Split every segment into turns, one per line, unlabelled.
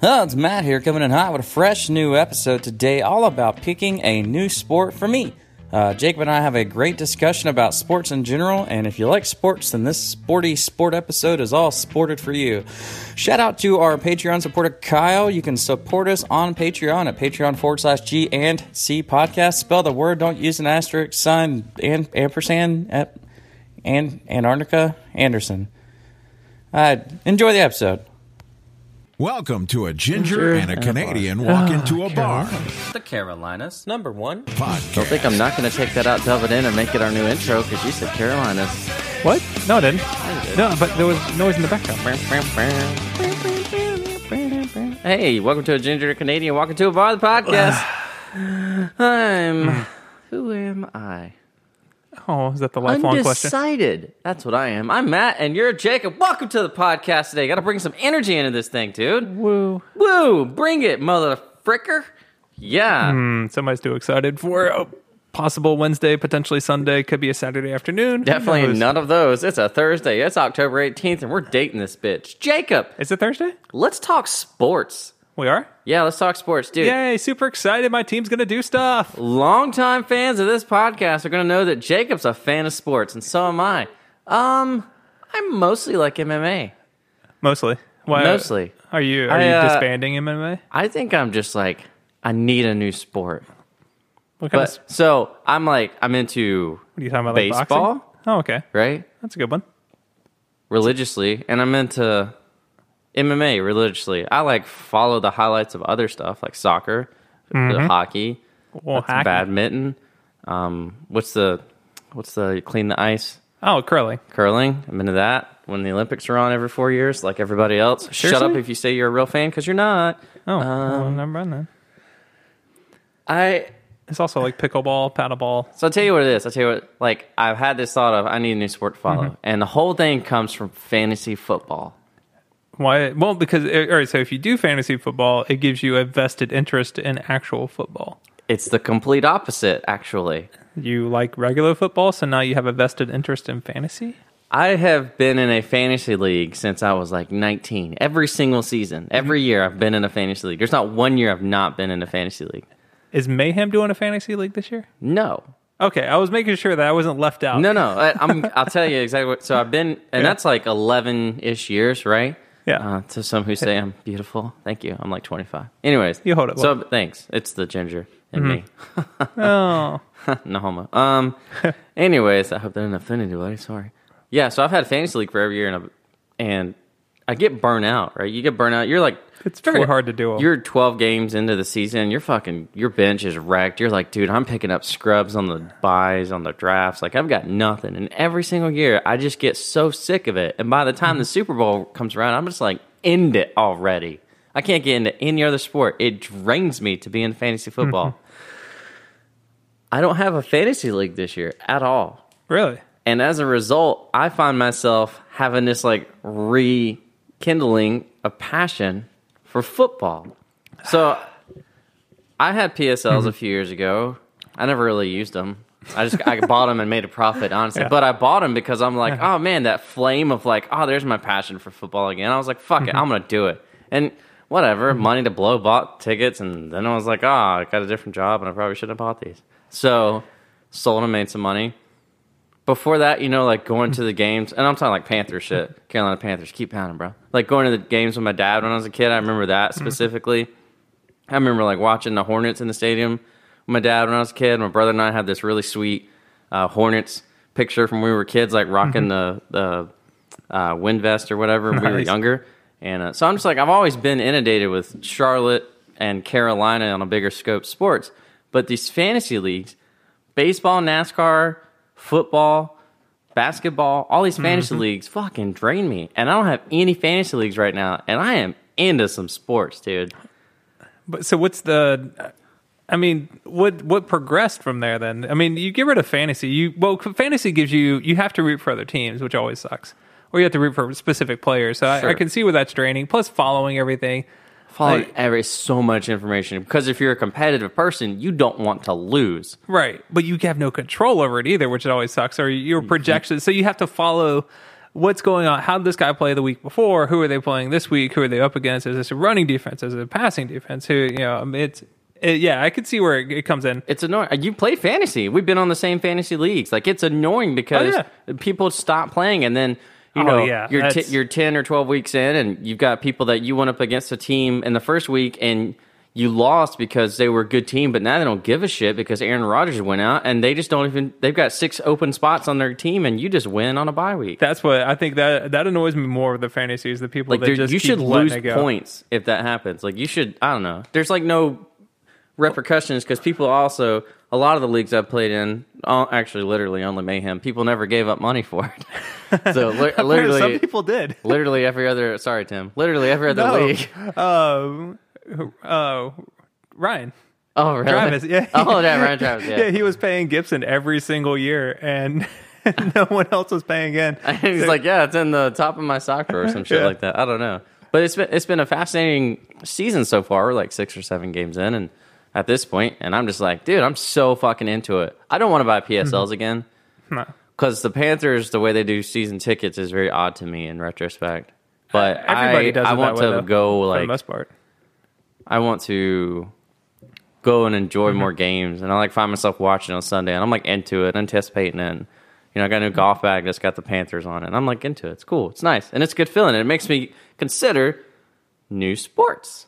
Hello, it's Matt here coming in hot with a fresh new episode today, all about picking a new sport for me. Uh, Jacob and I have a great discussion about sports in general, and if you like sports, then this sporty sport episode is all sported for you. Shout out to our Patreon supporter Kyle. You can support us on Patreon at Patreon forward slash G and C podcast. Spell the word, don't use an asterisk sign and ampersand at and Antarctica Anderson. Uh, enjoy the episode.
Welcome to a ginger and a Ah, Canadian walk into a bar
The Carolinas, number one.
I think
podcast.
I'm not going to take that out, dub it in, and make it our new intro because you said Carolinas.
What? No, I didn't. No, but there was noise in the background.
Hey, welcome to a Ginger Canadian Walking to a Bar the podcast.
Hmm.
I'm. Who am I?
Oh, is that the lifelong question?
Undecided. That's what I am. I'm Matt, and you're Jacob. Welcome to the podcast today. Got to bring some energy into this thing, dude.
Woo.
Woo! Bring it, mother fricker. Yeah.
Hmm, somebody's too excited for a possible Wednesday, potentially Sunday, could be a Saturday afternoon. Who
Definitely
knows?
none of those. It's a Thursday. It's October 18th, and we're dating this bitch. Jacob,
Is it Thursday?
let's talk sports.
We are?
Yeah, let's talk sports, dude.
Yay, super excited. My team's going to do stuff.
Longtime fans of this podcast are going to know that Jacob's a fan of sports, and so am I. Um, I'm mostly like MMA.
Mostly. Why, uh,
Mostly.
Are you are
I,
you
uh,
disbanding MMA?
I think I'm just like I need a new sport.
What kind of,
But
s-
so I'm like I'm into
what are you talking about? Like
baseball?
boxing? Oh, okay.
right
That's a good one.
religiously, and I'm into MMA religiously. I like follow the highlights of other stuff like soccer, the hockey,
Well,
that's
hack-
badminton. Um, what's the what's the clean the ice?
Oh, curling.
curling. I'm into that. When the Olympics are on every four years, like everybody else, shut
Seriously?
up if you say you're a real fan because you're not.
Oh, well,
Um,
never mind then.
I
It's also like pickleball, paddleball.
so I'll tell you what it is. I'll tell you what. Like I've had this thought of I need a new sport to follow, and the whole thing comes from fantasy football.
Why? Well, because all right. So if you do fantasy football, it gives you a vested interest in actual football.
It's the complete opposite, actually.
You like regular football, so now you have a vested interest in fantasy.
I have been in a fantasy league since I was like 19. Every single season, every year I've been in a fantasy league. There's not one year I've not been in a fantasy league.
Is Mayhem doing a fantasy league this year?
No,
Okay, I was making sure that I wasn't left out.
No, no. I, I'm, I'll tell you exactly what. So I've been, and that's like 11 ish years, right?
Yeah.
Uh, to some who say I'm beautiful. Thank you. I'm like 25. Anyways.
You hold it Mm-hmm.
So thanks. It's the ginger in me.
Oh,
no homo. Um, anyways, I hope that didn't offend anybody. Sorry. Yeah. So I've had fantasy league for every year, and, I, and I get burnt out, right? You get burnt out. You're like,
It's very hard to do 'em.
You're 12 games into the season. You're fucking, your bench is wrecked. You're like, dude, I'm picking up scrubs on the buys, on the drafts. Like, I've got nothing. And every single year, I just get so sick of it. And by the time
Mm-hmm.
the Super Bowl comes around, I'm just like, end it already. I can't get into any other sport. It drains me to be in fantasy
Mm-hmm.
football. I don't have a fantasy league this year at all.
really?
And as a result, I find myself having this like rekindling a passion for football. So I had PSLs a few years ago. I never really used them. I just I bought them and made a profit, honestly.
Yeah.
But I bought them because I'm like, oh man, that flame of like, oh, there's my passion for football again. I was like, fuck it, I'm gonna do it. And whatever, money to blow, bought tickets, and then I was like, ah, I got a different job, and I probably shouldn't have bought these. So sold them, made some money. Before that, you know, like going to the games, and I'm talking like Panther shit, Carolina Panthers, keep pounding, bro. Like going to the games with my dad when I was a kid. I remember that specifically. I remember like watching the Hornets in the stadium. with My dad, when I was a kid, my brother and I had this really sweet uh, Hornets picture from when we were kids, like rocking the the uh, wind vest or whatever when we were
Nice.
younger. And uh, so I'm just like, I've always been inundated with Charlotte and Carolina on a bigger scope sports, but these fantasy leagues, baseball, NASCAR, football, basketball, all these fantasy leagues, fucking drain me. And I don't have any fantasy leagues right now, and I am into some sports, dude.
But so what's the? I mean, what what progressed from there? Then I mean, you get rid of fantasy. You well, fantasy gives you you have to root for other teams, which always sucks, or you have to root for specific players. So I, I
Sure.
can see where that's draining. Plus, following everything.
following
Like-
every so much information because if you're a competitive person, you don't want to lose. Mm-hmm.
Right, but you have no control over it either, which it always sucks. Or your projections, so you have to follow what's going on? How did this guy play the week before? Who are they playing this week? Who are they up against? Is this a running defense? Is it a passing defense? Who you know? I mean, It's it, yeah, I could see where it, it comes in.
It's annoying. You play fantasy. We've been on the same fantasy leagues. Like it's annoying because
Oh, yeah.
people stop playing, and then you
Oh,
know
yeah,
you're t-
that's-
you're ten or twelve weeks in, and you've got people that you went up against a team in the first week, and you lost because they were a good team, but now they don't give a shit because Aaron Rodgers went out, and they just don't even. They've got six open spots on their team, and you just win on a bye week.
That's what I think that that annoys me more of the fantasy is the people
like
that
there-
just
you
keep
should
letting
lose
it go.
points if that happens like you should i don't know there's like no repercussions because people also a lot of the leagues i've played in all, actually literally only mayhem people never gave up money for it so li-
Some
literally
people did.
literally every other sorry tim literally every other
No.
league
Um, uh, Ryan.
oh really?
Travis, yeah.
oh yeah ryan travis yeah,
Yeah, he was paying Gibson every single year, and no one else was paying in.
and he's like, yeah, it's in the top of my sock drawer or some shit
Yeah.
like that. I don't know, but it's been it's been a fascinating season so far. We're like six or seven games in, and at this point, and I'm just like, dude, I'm so fucking into it. I don't want to buy PSLs again
Mm-hmm. No.
because the Panthers, the way they do season tickets, is very odd to me in retrospect. But
Everybody
I,
does
I
it
want
that way,
to
though,
go
for the
like
most part.
I want to go and enjoy
Mm-hmm.
more games. And I like find myself watching on Sunday and I'm like into it, anticipating it. And, you know, I got
Mm-hmm.
a new golf bag that's got the Panthers on it. And I'm like into it. It's cool. It's nice. And it's a good feeling. And it makes me consider new sports.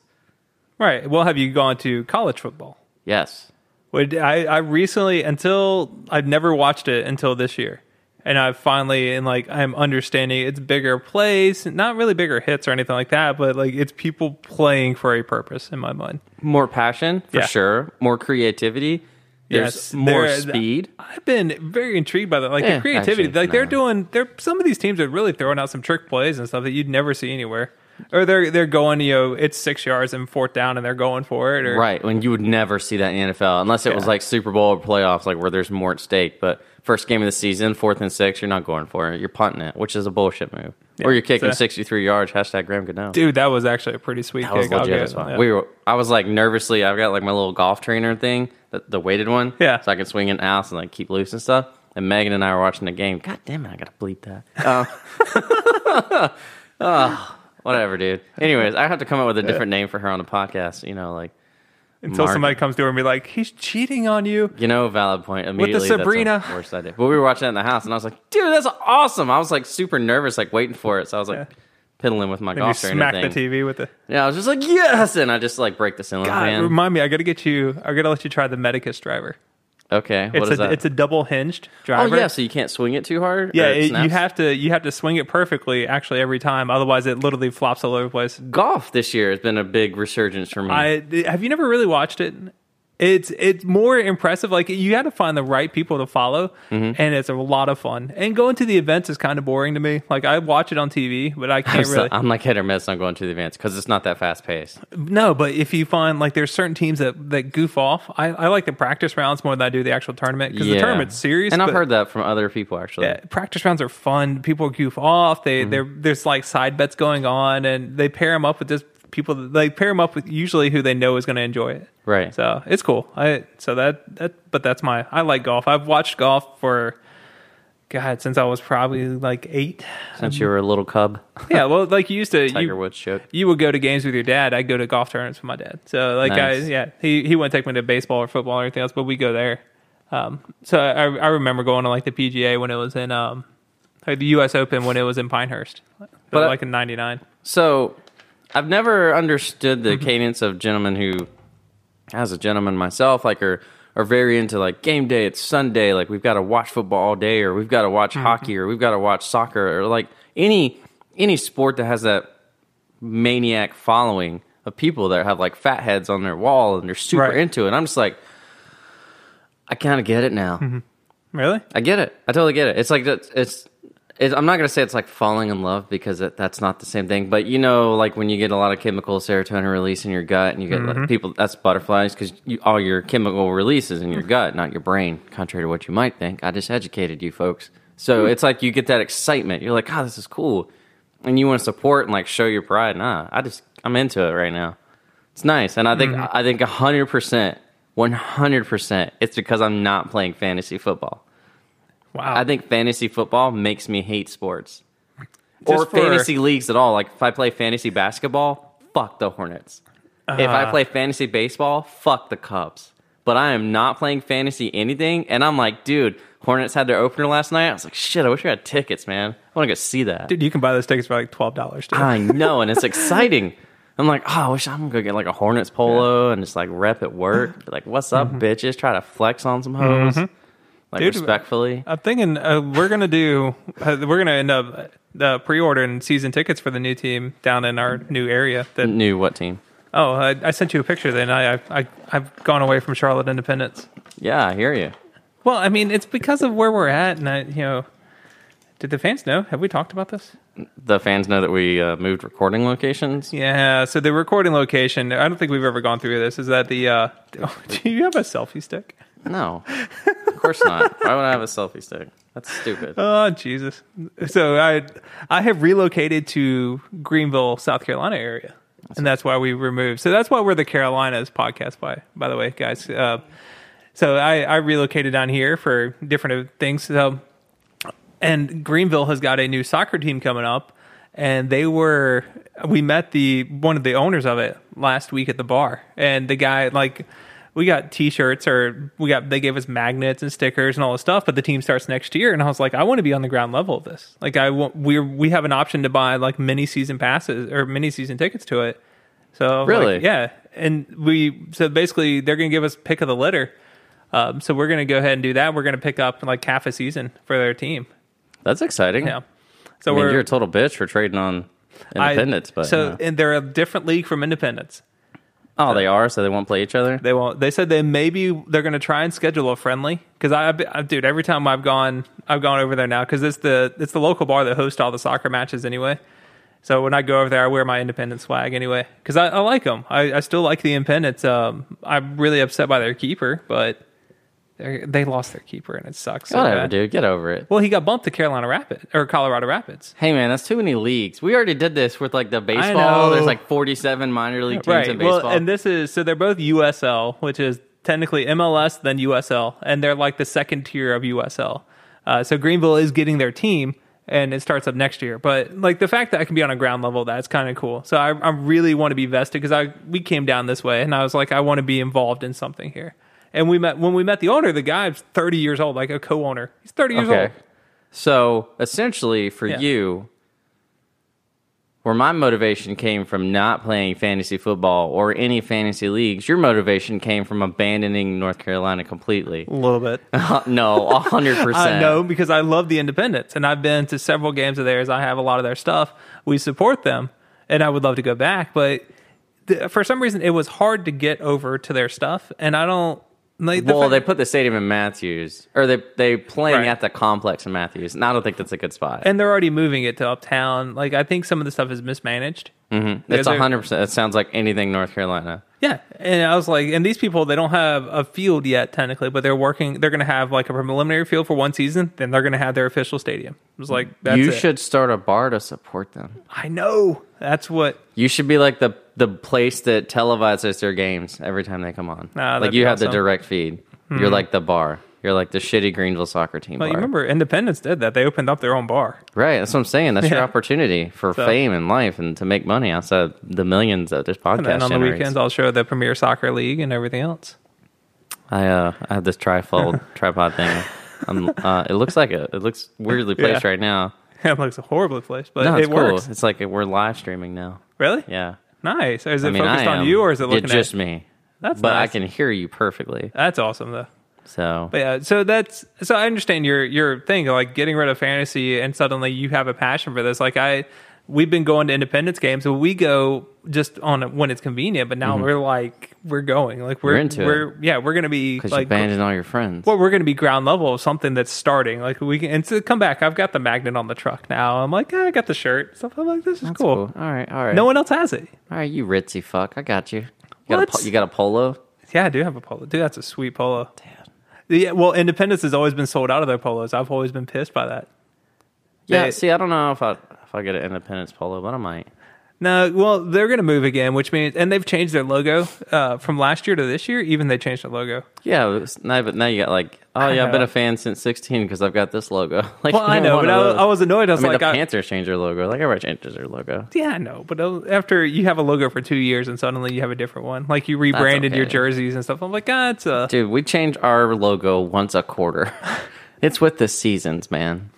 Right. Well, have you gone to college football?
Yes.
Would I, I recently until I've never watched it until this year. And I finally and like I'm understanding it's bigger plays, not really bigger hits or anything like that, but like it's people playing for a purpose in my mind.
More passion, for
Yeah.
sure. More creativity. There's
Yes,
more
there-
speed.
I've been very intrigued by that. Like
Yeah,
the creativity,
actually,
like they're
no.
doing. They're some of these teams are really throwing out some trick plays and stuff that you'd never see anywhere. Or they're they're going, you know, it's six yards and fourth down, and they're going for it. Or
Right, when you would never see that in the NFL unless it was
Yeah.
like Super Bowl or playoffs, like where there's more at stake. But first game of the season, fourth and six, you're not going for it. You're punting it, which is a bullshit move. or you're kicking
so-
63 yards. Hashtag Graham Gano.
dude, that was actually a pretty sweet
that was
kick. I'll
legit
give
as
it-
well.
yeah.
We were, I was like nervously. I've got like my little golf trainer thing, the, the weighted one.
Yeah.
so I can swing it out and like keep loose and stuff. And Megan and I were watching the game. God damn it, I gotta bleep that. Uh, ah, whatever, dude. Anyways, I have to come up with a different name for her on the podcast. You know, like
until
Mark-
somebody comes through and be like, he's cheating on you.
You know, valid point. Immediately,
Sabrina.
That's the worst idea. But we were watching it in the house, and I was like, "Dude, that's awesome!" I was like super nervous, like waiting for it. So I was like piddling with my
And you
golf trainer
smack
thing.
the TV with the.
Yeah, I was just like, "Yes!" And I just like break the ceiling
God,
fan.
remind me, I gotta get you. I gotta let you try the Medicus driver.
okay, what
It's
is
a
that?
it's a double hinged
oh
driver.
yeah, so you can't swing it too hard.
Yeah,
or it
it, you
snaps?
have to you have to swing it perfectly actually every time. Otherwise, it literally flops all over the place.
golf this year has been a big resurgence for me.
I have you never really watched it. It's it's more impressive. Like you got to find the right people to follow,
Mm-hmm.
and it's a lot of fun. And going to the events is kind of boring to me. Like I watch it on TV, but I can't
So um,
really.
I'm like hit or miss on going to the events because it's not that fast paced.
no, but if you find like there's certain teams that that goof off. I, I like the practice rounds more than I do the actual tournament because the tournament's serious.
and I've
but-
heard that from other people actually.
Yeah, practice rounds are fun. People goof off. They
Mm-hmm.
they're there's like side bets going on, and they pair them up with just people. They pair them up with usually who they know is going to enjoy it.
Right.
So it's cool. I so that that but that's my I like golf. I've watched golf for God since I was probably like eight.
Since you were a little cub,
Yeah. Well, like you used to
Tiger
you,
Woods shook.
you would go to games with your dad. I'd go to golf tournaments with my dad. So like
Nice.
I yeah, he he wouldn't take me to baseball or football or anything else, but we go there. Um, so I I remember going to like the PGA when it was in um like the U.S. Open when it was in Pinehurst,
But-
but, like in '99.
So, I've never understood the cadence of gentlemen who, as a gentleman myself, like are are very into like game day. It's Sunday. Like we've got to watch football all day, or we've got to watch hockey, or we've got to watch soccer, or like any any sport that has that maniac following of people that have like fat heads on their wall and they're super
Right.
into it. And I'm just like, I kind of get it now.
Really?
I get it. I totally get it. It's like that- it's. It's, I'm not gonna say it's like falling in love because it, that's not the same thing. But you know, like when you get a lot of chemical serotonin release in your gut, and you get like, people that's butterflies because you, all your chemical releases in your gut, not your brain. Contrary to what you might think, I just educated you folks. So it's like you get that excitement. You're like, oh, this is cool, and you want to support and like show your pride. Nah, I just I'm into it right now. It's nice, and I think I think 100, percent 100, percent it's because I'm not playing fantasy football.
Wow.
I think fantasy football makes me hate sports. or
Just for-
fantasy leagues at all. Like if I play fantasy basketball, fuck the Hornets. if
Uh-huh.
I play fantasy baseball, fuck the Cubs. But I am not playing fantasy anything, and I'm like, dude, Hornets had their opener last night. I was like, shit, I wish I had tickets, man. I want to go see that.
Dude, you can buy those tickets for like twelve dollars.
I know, and it's exciting. I'm like, oh, I wish I'm gonna go get like a Hornets polo and just like rep at work. Be like, what's up, bitches? Try to flex on some hoes, like
Mm-hmm. Dude,
respectfully.
I'm thinking uh, we're gonna do. Uh, we're gonna end up uh, pre-ordering season tickets for the new team down in our new area. That
Knew what team?
oh, I, I sent you a picture. Then I, I I I've gone away from Charlotte Independence.
Yeah, I hear you.
Well, I mean, it's because of where we're at, and I you know, did the fans know? Have we talked about this?
The fans know that we uh, moved recording locations.
Yeah. So the recording location. I don't think we've ever gone through this. Is that the? Uh, do you have a selfie stick?
No, of course not. Why would I have a selfie stick? That's stupid.
Oh Jesus! So I I have relocated to Greenville, South Carolina area, and that's why we removed. So that's why we're the Carolinas podcast. By by the way, guys. Uh, so I I relocated down here for different things. So and Greenville has got a new soccer team coming up, and they were we met the one of the owners of it last week at the bar, and the guy like we got T-shirts or we got they gave us magnets and stickers and all this stuff, but the team starts next year, and I was like, I want to be on the ground level of this. Like I want we we have an option to buy like mini season passes or mini season tickets to it. So like,
Really?
yeah, and we so basically they're gonna give us pick of the litter. Um, so we're gonna go ahead and do that. We're gonna pick up like half a season for their team.
That's exciting.
Yeah.
I
So
mean,
we're
you're a total bitch for trading on
I-
independence, but
so
yeah.
and they're a different league from independence.
oh, they are, so they won't play each other.
They won't. They said they maybe they're going to try and schedule a friendly because I, I, dude, every time I've gone, I've gone over there now because it's the it's the local bar that hosts all the soccer matches anyway. So when I go over there, I wear my independent swag anyway because I, I like them. I, I still like the independents. Um, I'm really upset by their keeper, but they they lost their keeper and it sucks. so
Whatever,
bad.
dude. Get over it.
Well, he got bumped to Carolina Rapids or Colorado Rapids.
Hey man, that's too many leagues. We already did this with like the
know.
baseball. There's like 47 minor league teams in baseball.
Well, and this is so they're both USL, which is technically MLS then USL, and they're like the second tier of USL. Uh, so Greenville is getting their team, and it starts up next year. But like the fact that I can be on a ground level, that's kind of cool. So I, I really want to be vested because I we came down this way, and I was like, I want to be involved in something here. And we met when we met the owner. The guy's thirty years old, like a co-owner. He's thirty years
okay.
old.
So essentially, for
Yeah.
you, where my motivation came from not playing fantasy football or any fantasy leagues, your motivation came from abandoning North Carolina completely.
A little bit.
no, a hundred
I
percent.
know because I love the Independents, and I've been to several games of theirs. I have a lot of their stuff. We support them, and I would love to go back, but th- for some reason, it was hard to get over to their stuff, and I don't. Like, the
Well,
fact-
they put the stadium in Matthews, or they they playing
Right.
at the complex in Matthews, and I don't think that's a good spot.
and they're already moving it to uptown. Like, I think some of the stuff is mismanaged.
That's
they're-
Mm-hmm. a hundred percent. That sounds like anything North Carolina.
Yeah, and I was like, and these people they don't have a field yet technically, but they're working. They're going to have like a preliminary field for one season, then they're going to have their official stadium. It was like, that's
you
it.
should start a bar to support them.
I know that's what
You should be like the the place that televises their games every time they come on.
Ah, that'd
like you
be
have the
awesome. Hmm.
direct feed. You're like the bar. You're like the shitty Greenville soccer team
Well,
bar.
you remember Independence did that. They opened up their own bar.
Right, that's what I'm saying. That's your
Yeah.
opportunity for
So-
fame and life and to make money outside of the millions that this podcast
And then on the
generates.
weekends, I'll show the Premier Soccer League and everything else.
I uh I have this trifold tripod thing. I'm, uh, it looks like a, it looks weirdly placed
Yeah.
right now.
it looks a horribly place, but
No,
it
it's cool.
works.
It's like we're live streaming now.
Really?
Yeah.
Nice. Is it
I mean,
focused
I am.
on you or is it
It's
looking
just
at
me?
That's
but I
nice.
can hear you perfectly.
That's awesome though.
So
But yeah, so that's so I understand your your thing like getting rid of fantasy and suddenly you have a passion for this. Like I we've been going to independence games, so we go just on a- when it's convenient, but now we're like we're going. Like we're
You're Mm-hmm. into it.
we're yeah, we're going to be
because you
like
abandoned all your friends.
well, we're going to be ground level of something that's starting. Like we can, and to come back, I've got the magnet on the truck now. I'm like, "Ah, I got the shirt. Stuff. I'm like, this is cool.
All right, all right.
No one else has it.
all right, you ritzy fuck. I got you. You got, a,
What?
po- you got a polo?
Yeah, I do have a polo. Dude, that's a sweet polo. Yeah, well, Independence has always been sold out of their polos. I've always been pissed by that.
Yeah.
They-
see, I don't know if I if I get an Independence polo, but I might.
No, well, they're going to move again, which means, and they've changed their logo uh, from last year to this year. Even they changed the logo.
Yeah, it was- now, but now you got like, oh yeah, I've been a fan since 16 because I've got this logo. Like,
Well, I
you're
know,
one
but
of
I,
those.
I was annoyed. I
I
was
mean,
like,
the
I-
Panthers change their logo. Like everybody changes their logo.
yeah, I know. But uh, after you have a logo for two years and suddenly you have a different one, like you rebranded your
okay.
jerseys and stuff. I'm like, ah, it's a.
Dude, we change our logo once a quarter. it's with the seasons, man.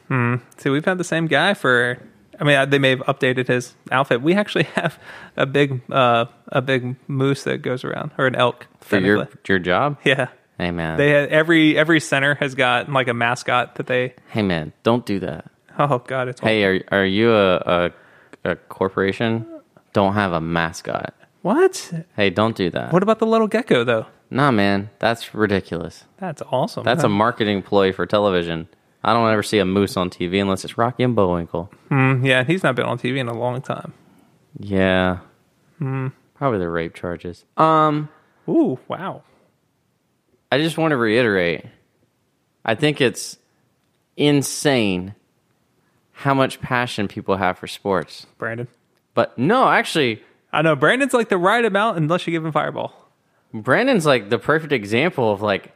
See, we've had the same guy for. I mean, I- they may have updated his outfit. We actually have a big, uh, a big moose that goes around, or an elk.
For your
technically.
your job.
yeah,
Hey man.
they had every every center has got like a mascot that they.
hey man, don't do that.
Oh God, it's
Hey, are are you a, a a corporation? Don't have a mascot.
what?
Hey, don't do that.
What about the little gecko though?
Nah, man, that's ridiculous.
That's awesome.
That's a marketing ploy for television. I don't ever see a moose on TV unless it's Rocky and Bullwinkle.
Mm, yeah. He's not been on TV in a long time.
Yeah. Probably the rape charges. Um,
Ooh, wow.
I just want to reiterate. I think it's insane how much passion people have for sports.
Brandon.
But no, actually,
I know Brandon's like the right amount unless you give him Fireball.
Brandon's like the perfect example of like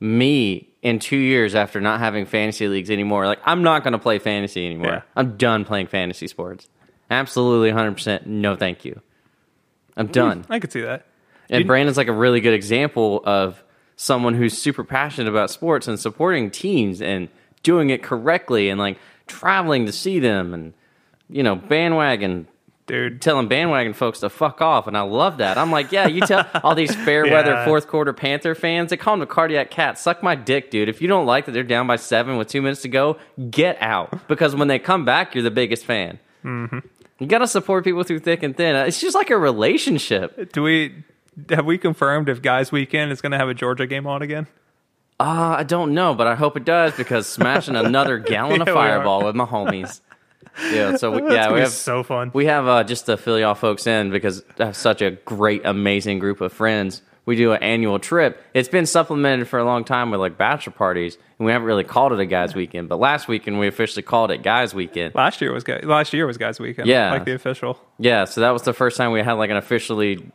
me in two years after not having fantasy leagues anymore. Like, I'm not going to play fantasy anymore.
Yeah.
I'm done playing fantasy sports. Absolutely 100%. No, thank you. I'm done.
I could see that.
And Brandon's like a really good example of someone who's super passionate about sports and supporting teams and doing it correctly and like traveling to see them and, you know, bandwagon
Dude,
telling bandwagon folks to fuck off, and I love that. I'm like, yeah, you tell all these fair weather
Yeah.
fourth quarter Panther fans, they call them the cardiac cat. Suck my dick, dude. If you don't like that they're down by seven with two minutes to go, get out. Because when they come back, you're the biggest fan.
Mm-hmm.
You gotta support people through thick and thin. Uh, It's just like a relationship.
do we have we confirmed if Guys Weekend is going to have a Georgia game on again?
Uh, I don't know, but I hope it does because smashing another gallon of
Yeah, we are.
fireball with my homies. Yeah, so we, yeah,
gonna
we
be
have
so fun.
We have uh, just to fill y'all folks in because I have such a great, amazing group of friends. We do an annual trip. It's been supplemented for a long time with like bachelor parties, and we haven't really called it a guys' weekend. But last weekend we officially called it guys' weekend.
Last year was guy. Last year was Guys Weekend.
Yeah.
like the official.
Yeah, so that was the first time we had like an officially,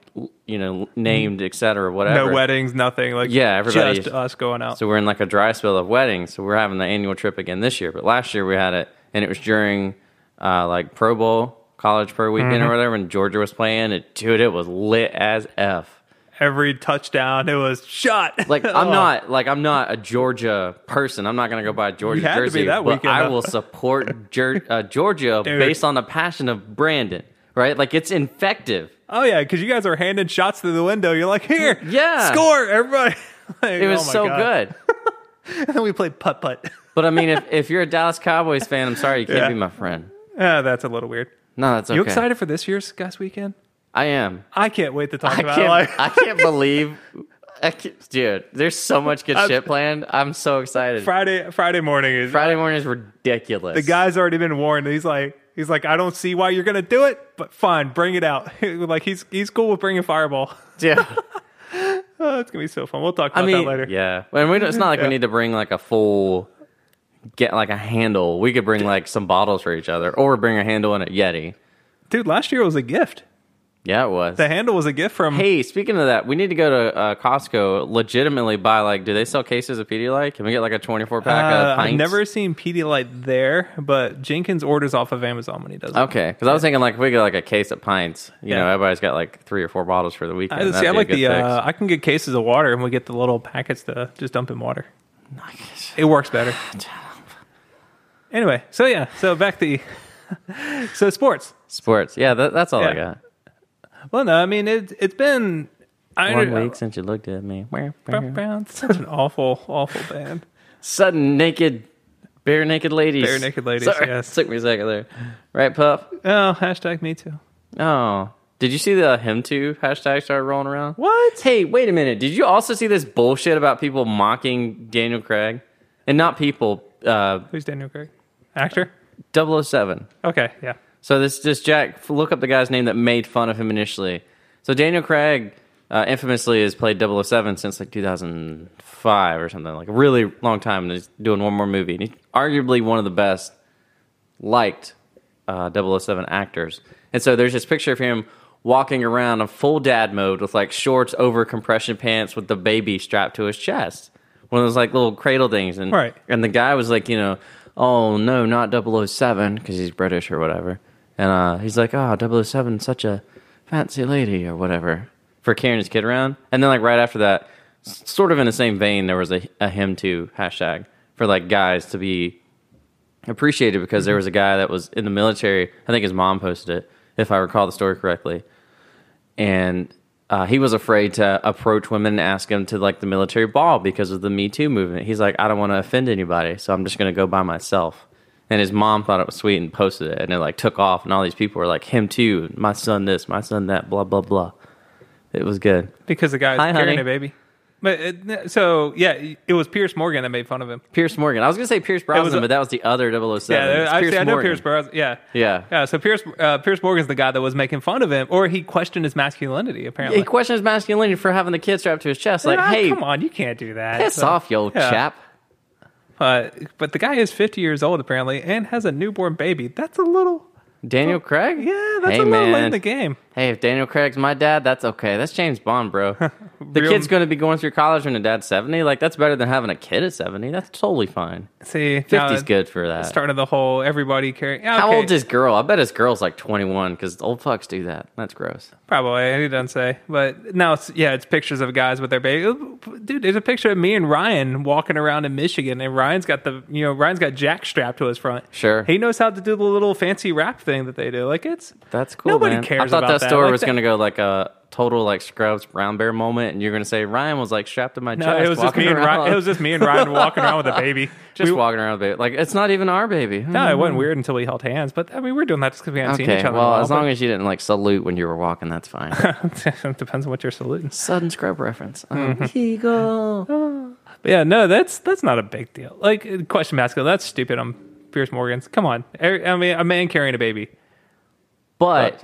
you know, named et cetera, whatever.
No weddings, nothing. Like
Yeah, everybody
just
is-
us going out.
So we're in like a dry spell of weddings. So we're having the annual trip again this year. But last year we had it, and it was during uh, like Pro Bowl, college pro weekend or whatever, and Georgia was playing. It, dude, it was lit as f.
Every touchdown, it was shot.
Like I'm
Oh.
not like I'm not a Georgia person. I'm not gonna go buy a Georgia
You had to be
jersey.
that
but
weekend,
I
though.
will support Ger- uh, Georgia
Dude.
based on the passion of Brandon. Right? Like it's infective.
Oh yeah, because you guys are handing shots through the window. You're like, here,
Yeah.
score, everybody. Like,
It was
oh my
so
God.
good.
And then we played putt putt.
But I mean, if, if you're a Dallas Cowboys fan, I'm sorry you can't
Yeah.
be my friend.
Ah, that's a little weird.
No, that's okay.
You excited for this year's guys weekend?
I am.
I can't wait to talk
I
about
can't.
it. Like,
I can't believe, I can't- dude. There's so much good shit planned. I'm so excited.
Friday Friday morning is
Friday morning is ridiculous.
the guy's already been warned. He's like he's like I don't see why you're gonna do it, but fine, bring it out. like he's he's cool with bringing fireball.
dude.
Oh, it's gonna be so fun. We'll talk about
I mean,
that later.
yeah. And we don't, it's not like we need to bring like a full, get like a handle. We could bring like some bottles for each other, or bring a handle and a Yeti.
Dude, last year was a gift.
Yeah, it was.
The handle was a gift from
Hey, speaking of that, we need to go to uh, Costco. Legitimately buy like, do they sell cases of Pedialyte? Can we get like a 24
uh,
pack of pints?
I've never seen Pedialyte there, but Jenkins orders off of Amazon when he does it.
Okay, because I was thinking like if we get like a case of pints, you know,
Yeah.
everybody's got like three or four bottles for the weekend.
I, see,
that'd
I
be a
like
good
the.
fix.
Uh, I can get cases of water, and we get the little packets to just dump in water. It works better. Anyway, so yeah, so back the. so sports.
sports. Yeah, that, that's all I
Yeah.
got.
Well, no, I mean it. It's been. I
One week since you looked at me.
Mm-hmm. Such an awful, awful band.
Sudden naked, bare naked ladies.
Bare naked ladies,
Sorry,
yes.
took me a second there. Right, Puff.
Oh, hashtag me too.
Oh, did you see the him too hashtag started rolling around?
What?
Hey, wait a minute. Did you also see this bullshit about people mocking Daniel Craig and not people? Uh,
Who's Daniel Craig? Actor.
007.
Okay, yeah.
So this this Jack, look up the guy's name that made fun of him initially. So Daniel Craig uh, infamously has played 007 since like 2005 or something, like a really long time. And he's doing one more movie. And he's arguably one of the best liked uh, 007 actors. And so there's this picture of him walking around in full dad mode with like shorts over compression pants with the baby strapped to his chest. One of those like little cradle things. And,
Right.
and the guy was like, you know, oh no, not 007 because he's British or whatever. And uh, he's like, oh, 007, such a fancy lady or whatever for carrying his kid around. And then like right after that, s- sort of in the same vein, there was a, a him too hashtag for like guys to be appreciated because
Mm-hmm.
there was a guy that was in the military. I think his mom posted it, if I recall the story correctly. And uh, he was afraid to approach women and ask them to like the military ball because of the Me Too movement. He's like, I don't want to offend anybody, so I'm just going to go by myself. And his mom thought it was sweet and posted it, and it like took off. And all these people were like, him too, my son this, my son that, blah blah blah. It was good.
because the guy's
Hi,
carrying
honey.
a baby. But it, so yeah, it was Pierce Morgan that made fun of him.
Pierce Morgan. I was going to say Pierce Brosnan,
a-
but that was the other 007.
Yeah,
It's
I,
Pierce
see, I know
Morgan.
Pierce Brosnan. Yeah,
Yeah.
yeah. So Pierce uh, Pierce Morgan's the guy that was making fun of him, or he questioned his masculinity. Apparently,
He questioned his masculinity for having the kid strapped to his chest. Like,
Ah,
hey,
come on, you can't do that.
piss
So-
off, yo
yeah.
chap.
Uh, but the guy is 50 years old apparently, and has a newborn baby. That's a little.
Daniel Craig?
Yeah, that's
hey,
a little late in
man.
the game.
Hey, if Daniel Craig's my dad, that's okay. That's James Bond, bro. The
Real-
kid's going to be going through college when the dad's 70. Like, that's better than having a kid at 70. That's totally fine.
See,
50's
now it
good for that.
Uh, Started the whole everybody carrying. Okay,
How old is girl? I bet his girl's like 21 because old fucks do that. That's gross.
Probably he doesn't say, but no, it's, yeah, it's pictures of guys with their baby. Dude, there's a picture of me and Ryan walking around in Michigan, and Ryan's got the you know Ryan's got Jack strapped to his front.
Sure.
he knows how to do the little fancy wrap thing that they do. Like it's
That's cool.
Nobody
man.
cares
I thought
about
that
that.
story
Like
was
that-
going to go like a total like Scrubs Brown Bear moment, and you're going to say Ryan was like strapped to my
no,
chest.
it was just
walking
me and
around.
Ryan. It was just me and Ryan walking around with a baby.
just
We-
walking around with it. Like it's not even our baby.
No, it wasn't weird until we held hands, but I mean, we are doing that just because we hadn't seen
Okay.
each other.
Well, as long as you didn't like salute when you were walking, that's fine.
as it depends on what you're saluting.
Sudden scrub reference. Um,
Mm-hmm. But yeah, no, that's that's not a big deal. Like uh, question masculine, that's stupid. I'm Pierce Morgan's. Come on, Er- I mean, a man carrying a baby.
But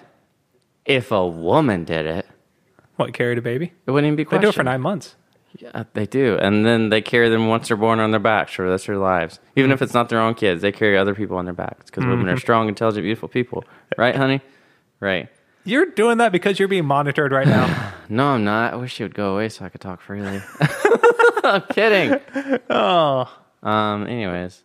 if a woman did it,
What carried a baby?
it wouldn't even be
They
questioned.
do it for nine months.
Yeah, they do, and then they carry them once they're born on their back. Sure, that's their lives. Even
Mm-hmm.
if it's not their own kids, they carry other people on their backs because women are strong, intelligent, beautiful people. Right, honey? Right.
You're doing that because you're being monitored right now.
No, I'm not. I wish you would go away so I could talk freely. I'm kidding. Oh. Um. Anyways,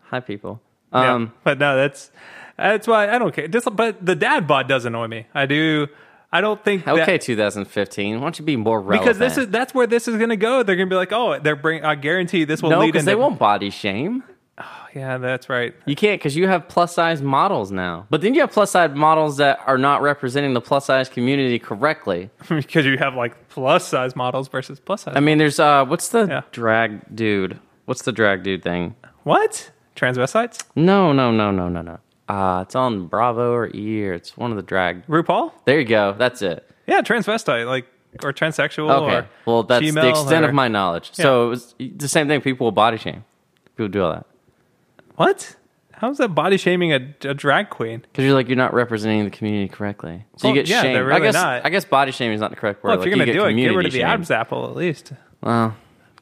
hi people.
Yeah.
Um.
but no, that's that's why I don't care. Just, but the dad bod does annoy me. I do. I don't think that-
Okay, 2015. Why don't you be more relevant?
because this is that's where this is going to go. They're going to be like, oh, they're bring. I guarantee you this will
no,
lead
because
into.
they won't body shame.
Yeah, that's right.
You can't because you have plus size models now. But then you have plus size models that are not representing the plus size community correctly.
because you have like plus size models versus plus size.
I mean, there's uh, what's the
Yeah.
drag dude? What's the drag dude thing?
what transvestites?
No, no, no, no, no, no. Uh, it's on Bravo or E or it's one of the drag.
RuPaul?
There you go. That's it.
Yeah, transvestite, like or transsexual.
Okay.
Or
Well, that's the
female
extent
or-
of my knowledge. So it was the same thing. People will body shame. People do all that
What? How's that body shaming a, a drag queen?
because you're like you're not representing the community correctly. So you
Well,
get
yeah,
shamed.
they're
I
really
guess
not.
I guess body shaming is not the correct word.
Well, if
Like,
you're gonna
you get
do it, get
community
rid of the
shamed.
Adam's apple at least.
Well,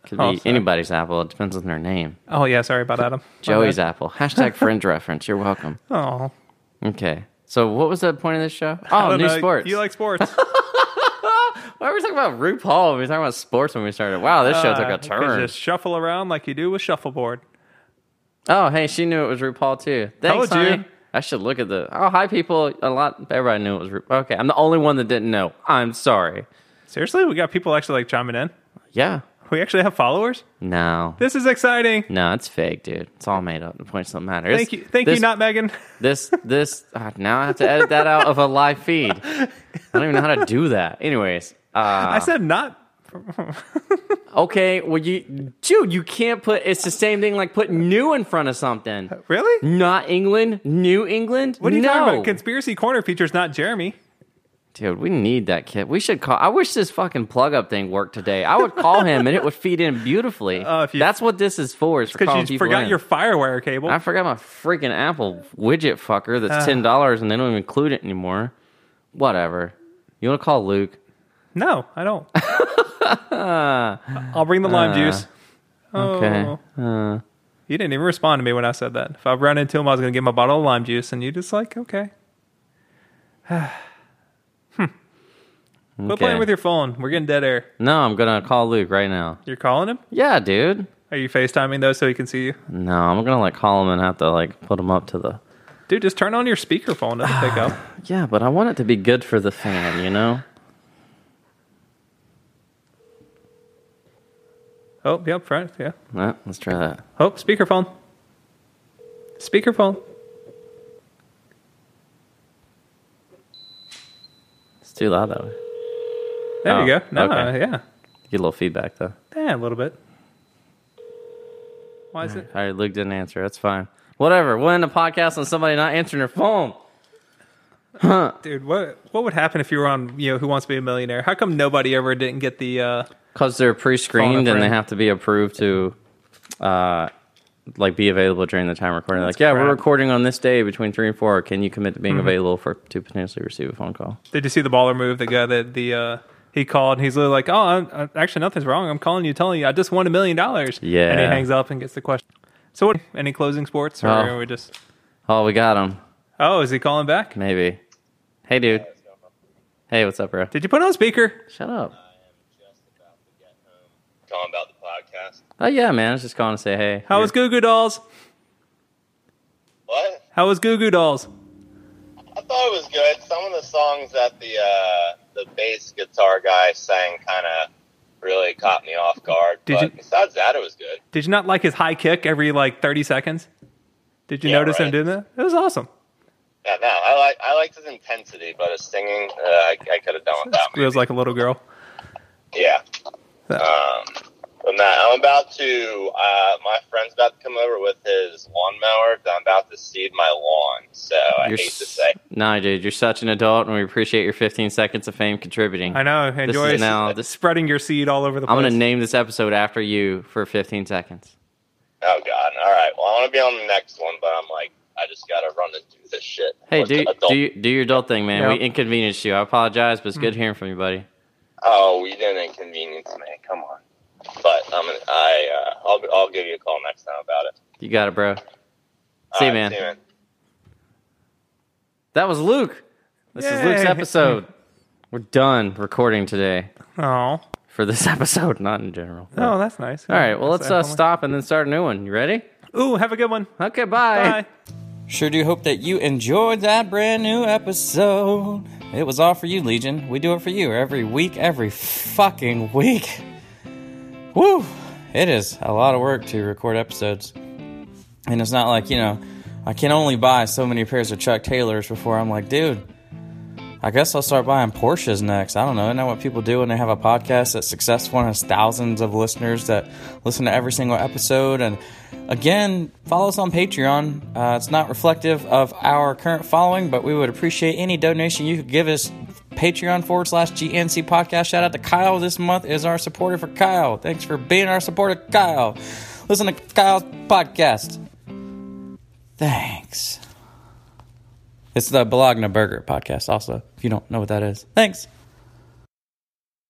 could be
Oh, sorry.
anybody's apple. It depends on their name.
Oh yeah, sorry about Adam. My
Joey's
bad.
apple. Hashtag fringe reference. You're welcome.
Oh,
Okay. So what was the point of this show?
I
Oh,
don't
new
know.
sports.
You like sports?
Why were we talking about RuPaul? We were talking about sports when we started. Wow, this show took
Uh,
a
you
turn.
Just shuffle around like you do with shuffleboard.
Oh, hey, she knew it was RuPaul too. Thanks,
Told you.
honey. I should look at the. Oh, hi, people. A lot. Everybody knew it was RuPaul. Okay, I'm the only one that didn't know. I'm sorry.
Seriously, we got people actually like chiming in.
Yeah.
We actually have followers.
No.
This is exciting.
No, it's fake, dude. It's all made up. The points don't matter.
Thank
It's-
you, thank
this-
you, not Megan.
This, this, ah, now I have to edit that out of a live feed. I don't even know how to do that. Anyways, uh,
I said not.
okay, well, you, dude, you can't put, it's the same thing like put new in front of something.
Really?
Not England, New England.
What are you
no.
talking about? Conspiracy corner features not Jeremy.
Dude, we need that kid. We should call. I wish this fucking plug up thing worked today. I would call him and it would feed in beautifully.
Oh, if you-
That's what this is for. Is for calling
Because you
people
forgot
in.
your firewire cable.
I forgot my freaking Apple widget fucker. That's ten dollars and they don't even include it anymore. Whatever. You want to call Luke?
No, I don't. I'll bring the lime juice.
Uh, Okay.
Oh.
Uh,
You didn't even respond to me when I said that. If I run into him, I was going to get my bottle of lime juice, and you just like, okay. Quit
Okay.
playing with your phone. We're getting dead air.
No, I'm gonna call Luke right now.
You're calling him?
Yeah, dude.
Are you FaceTiming, though, so he can see you?
No, I'm gonna like call him and have to like put him up to the.
Dude, just turn on your speakerphone. Doesn't pick up.
Yeah, but I want it to be good for the fan, you know.
Oh, yep, front. Yeah.
Nah, let's try that.
Oh, speakerphone. Speakerphone.
It's too loud that way.
There you
Oh,
go. No,
okay.
yeah.
Get a little feedback though.
Yeah, a little bit. Why is it?
All right, Luke didn't answer. That's fine. Whatever. We'll end a podcast on somebody not answering their phone.
Dude, what what would happen if you were on, you know, Who Wants to Be a Millionaire? How come nobody ever didn't get the uh
Because they're
Phone
pre-screened
a
and they
friend.
have to be approved to, uh, like be available during the time recording. like, yeah, we're
crap. Mm-hmm.
recording on this day between three and four. Can you commit to being available for to potentially receive a phone call?
Did you see the baller move? The guy that the uh, he called and he's literally like, "Oh, I'm, i actually nothing's wrong. I'm calling you, telling you I just won a million dollars."
Yeah.
and he hangs up and gets the question. So, what? Any closing sports, or
Oh.
are we just?
Oh, we got him.
Oh, is he calling back?
Maybe. Hey, dude. Hey, what's up, bro?
Did you put on speaker?
Shut up.
just about to get home. Calling about the podcast.
Oh yeah, man. I was just calling to say hey.
How was Goo Goo Dolls?
What?
How was Goo Goo Dolls?
I thought it was good. Some of the songs that the uh, the bass guitar guy sang kind of really caught me off guard.
Did
but
you-
besides that, it was good.
Did you not like his high kick every like thirty seconds? Did you
Yeah,
notice him
right.
doing that? It was awesome.
Yeah, no, I like I liked his intensity, but his singing, uh, I, I could have done without.
It was
maybe.
like a little girl.
yeah. Um, but now I'm about to. Uh, my friend's about to come over with his lawnmower. 'cause I'm about to seed my lawn, so I
You're
hate
s-
to say.
No, dude, you're such an adult, and we appreciate your 15 seconds of fame contributing.
I know. Enjoy
is now- this-
spreading your seed all over the
I'm
place.
gonna name this episode after you for 15 seconds.
Oh God! All right. Well, I want to be on the next one, but I'm like, I just gotta run and do this shit.
Hey,
With
do,
the adult-
do you- do your adult thing, man.
Yep. Mm.
We inconvenienced you. I apologize, but it's good hearing from you, buddy.
Oh, you didn't inconvenience me. Come on. But I'm gonna, I uh, I'll I'll give you a call next time about it.
You got it, bro.
All
See you,
right,
man. That was Luke. This is Luke's
Yay.
episode. We're done recording today
Oh,
for this episode, not in general.
oh, that's nice.
All right, well, let's
That's
uh,
definitely-
stop and then start a new one. You ready?
Ooh, have a good one.
Okay, bye.
Bye.
Sure do hope that you enjoyed that brand new episode. It was all for you, Legion. We do it for you every week, every fucking week. Woo! It is a lot of work to record episodes. And it's not like, you know, I can only buy so many pairs of Chuck Taylors before I'm like, dude, I guess I'll start buying Porsches next. I don't know. Isn't that what people do when they have a podcast that's successful and has thousands of listeners that listen to every single episode? And again, follow us on Patreon. Uh, it's not reflective of our current following, but we would appreciate any donation you could give us. Patreon forward slash GNC podcast. Shout out to Kyle this month is our supporter for Kyle. Thanks for being our supporter, Kyle. Listen to Kyle's podcast. Thanks. It's the Bologna Burger podcast, also, if you don't know what that is. Thanks.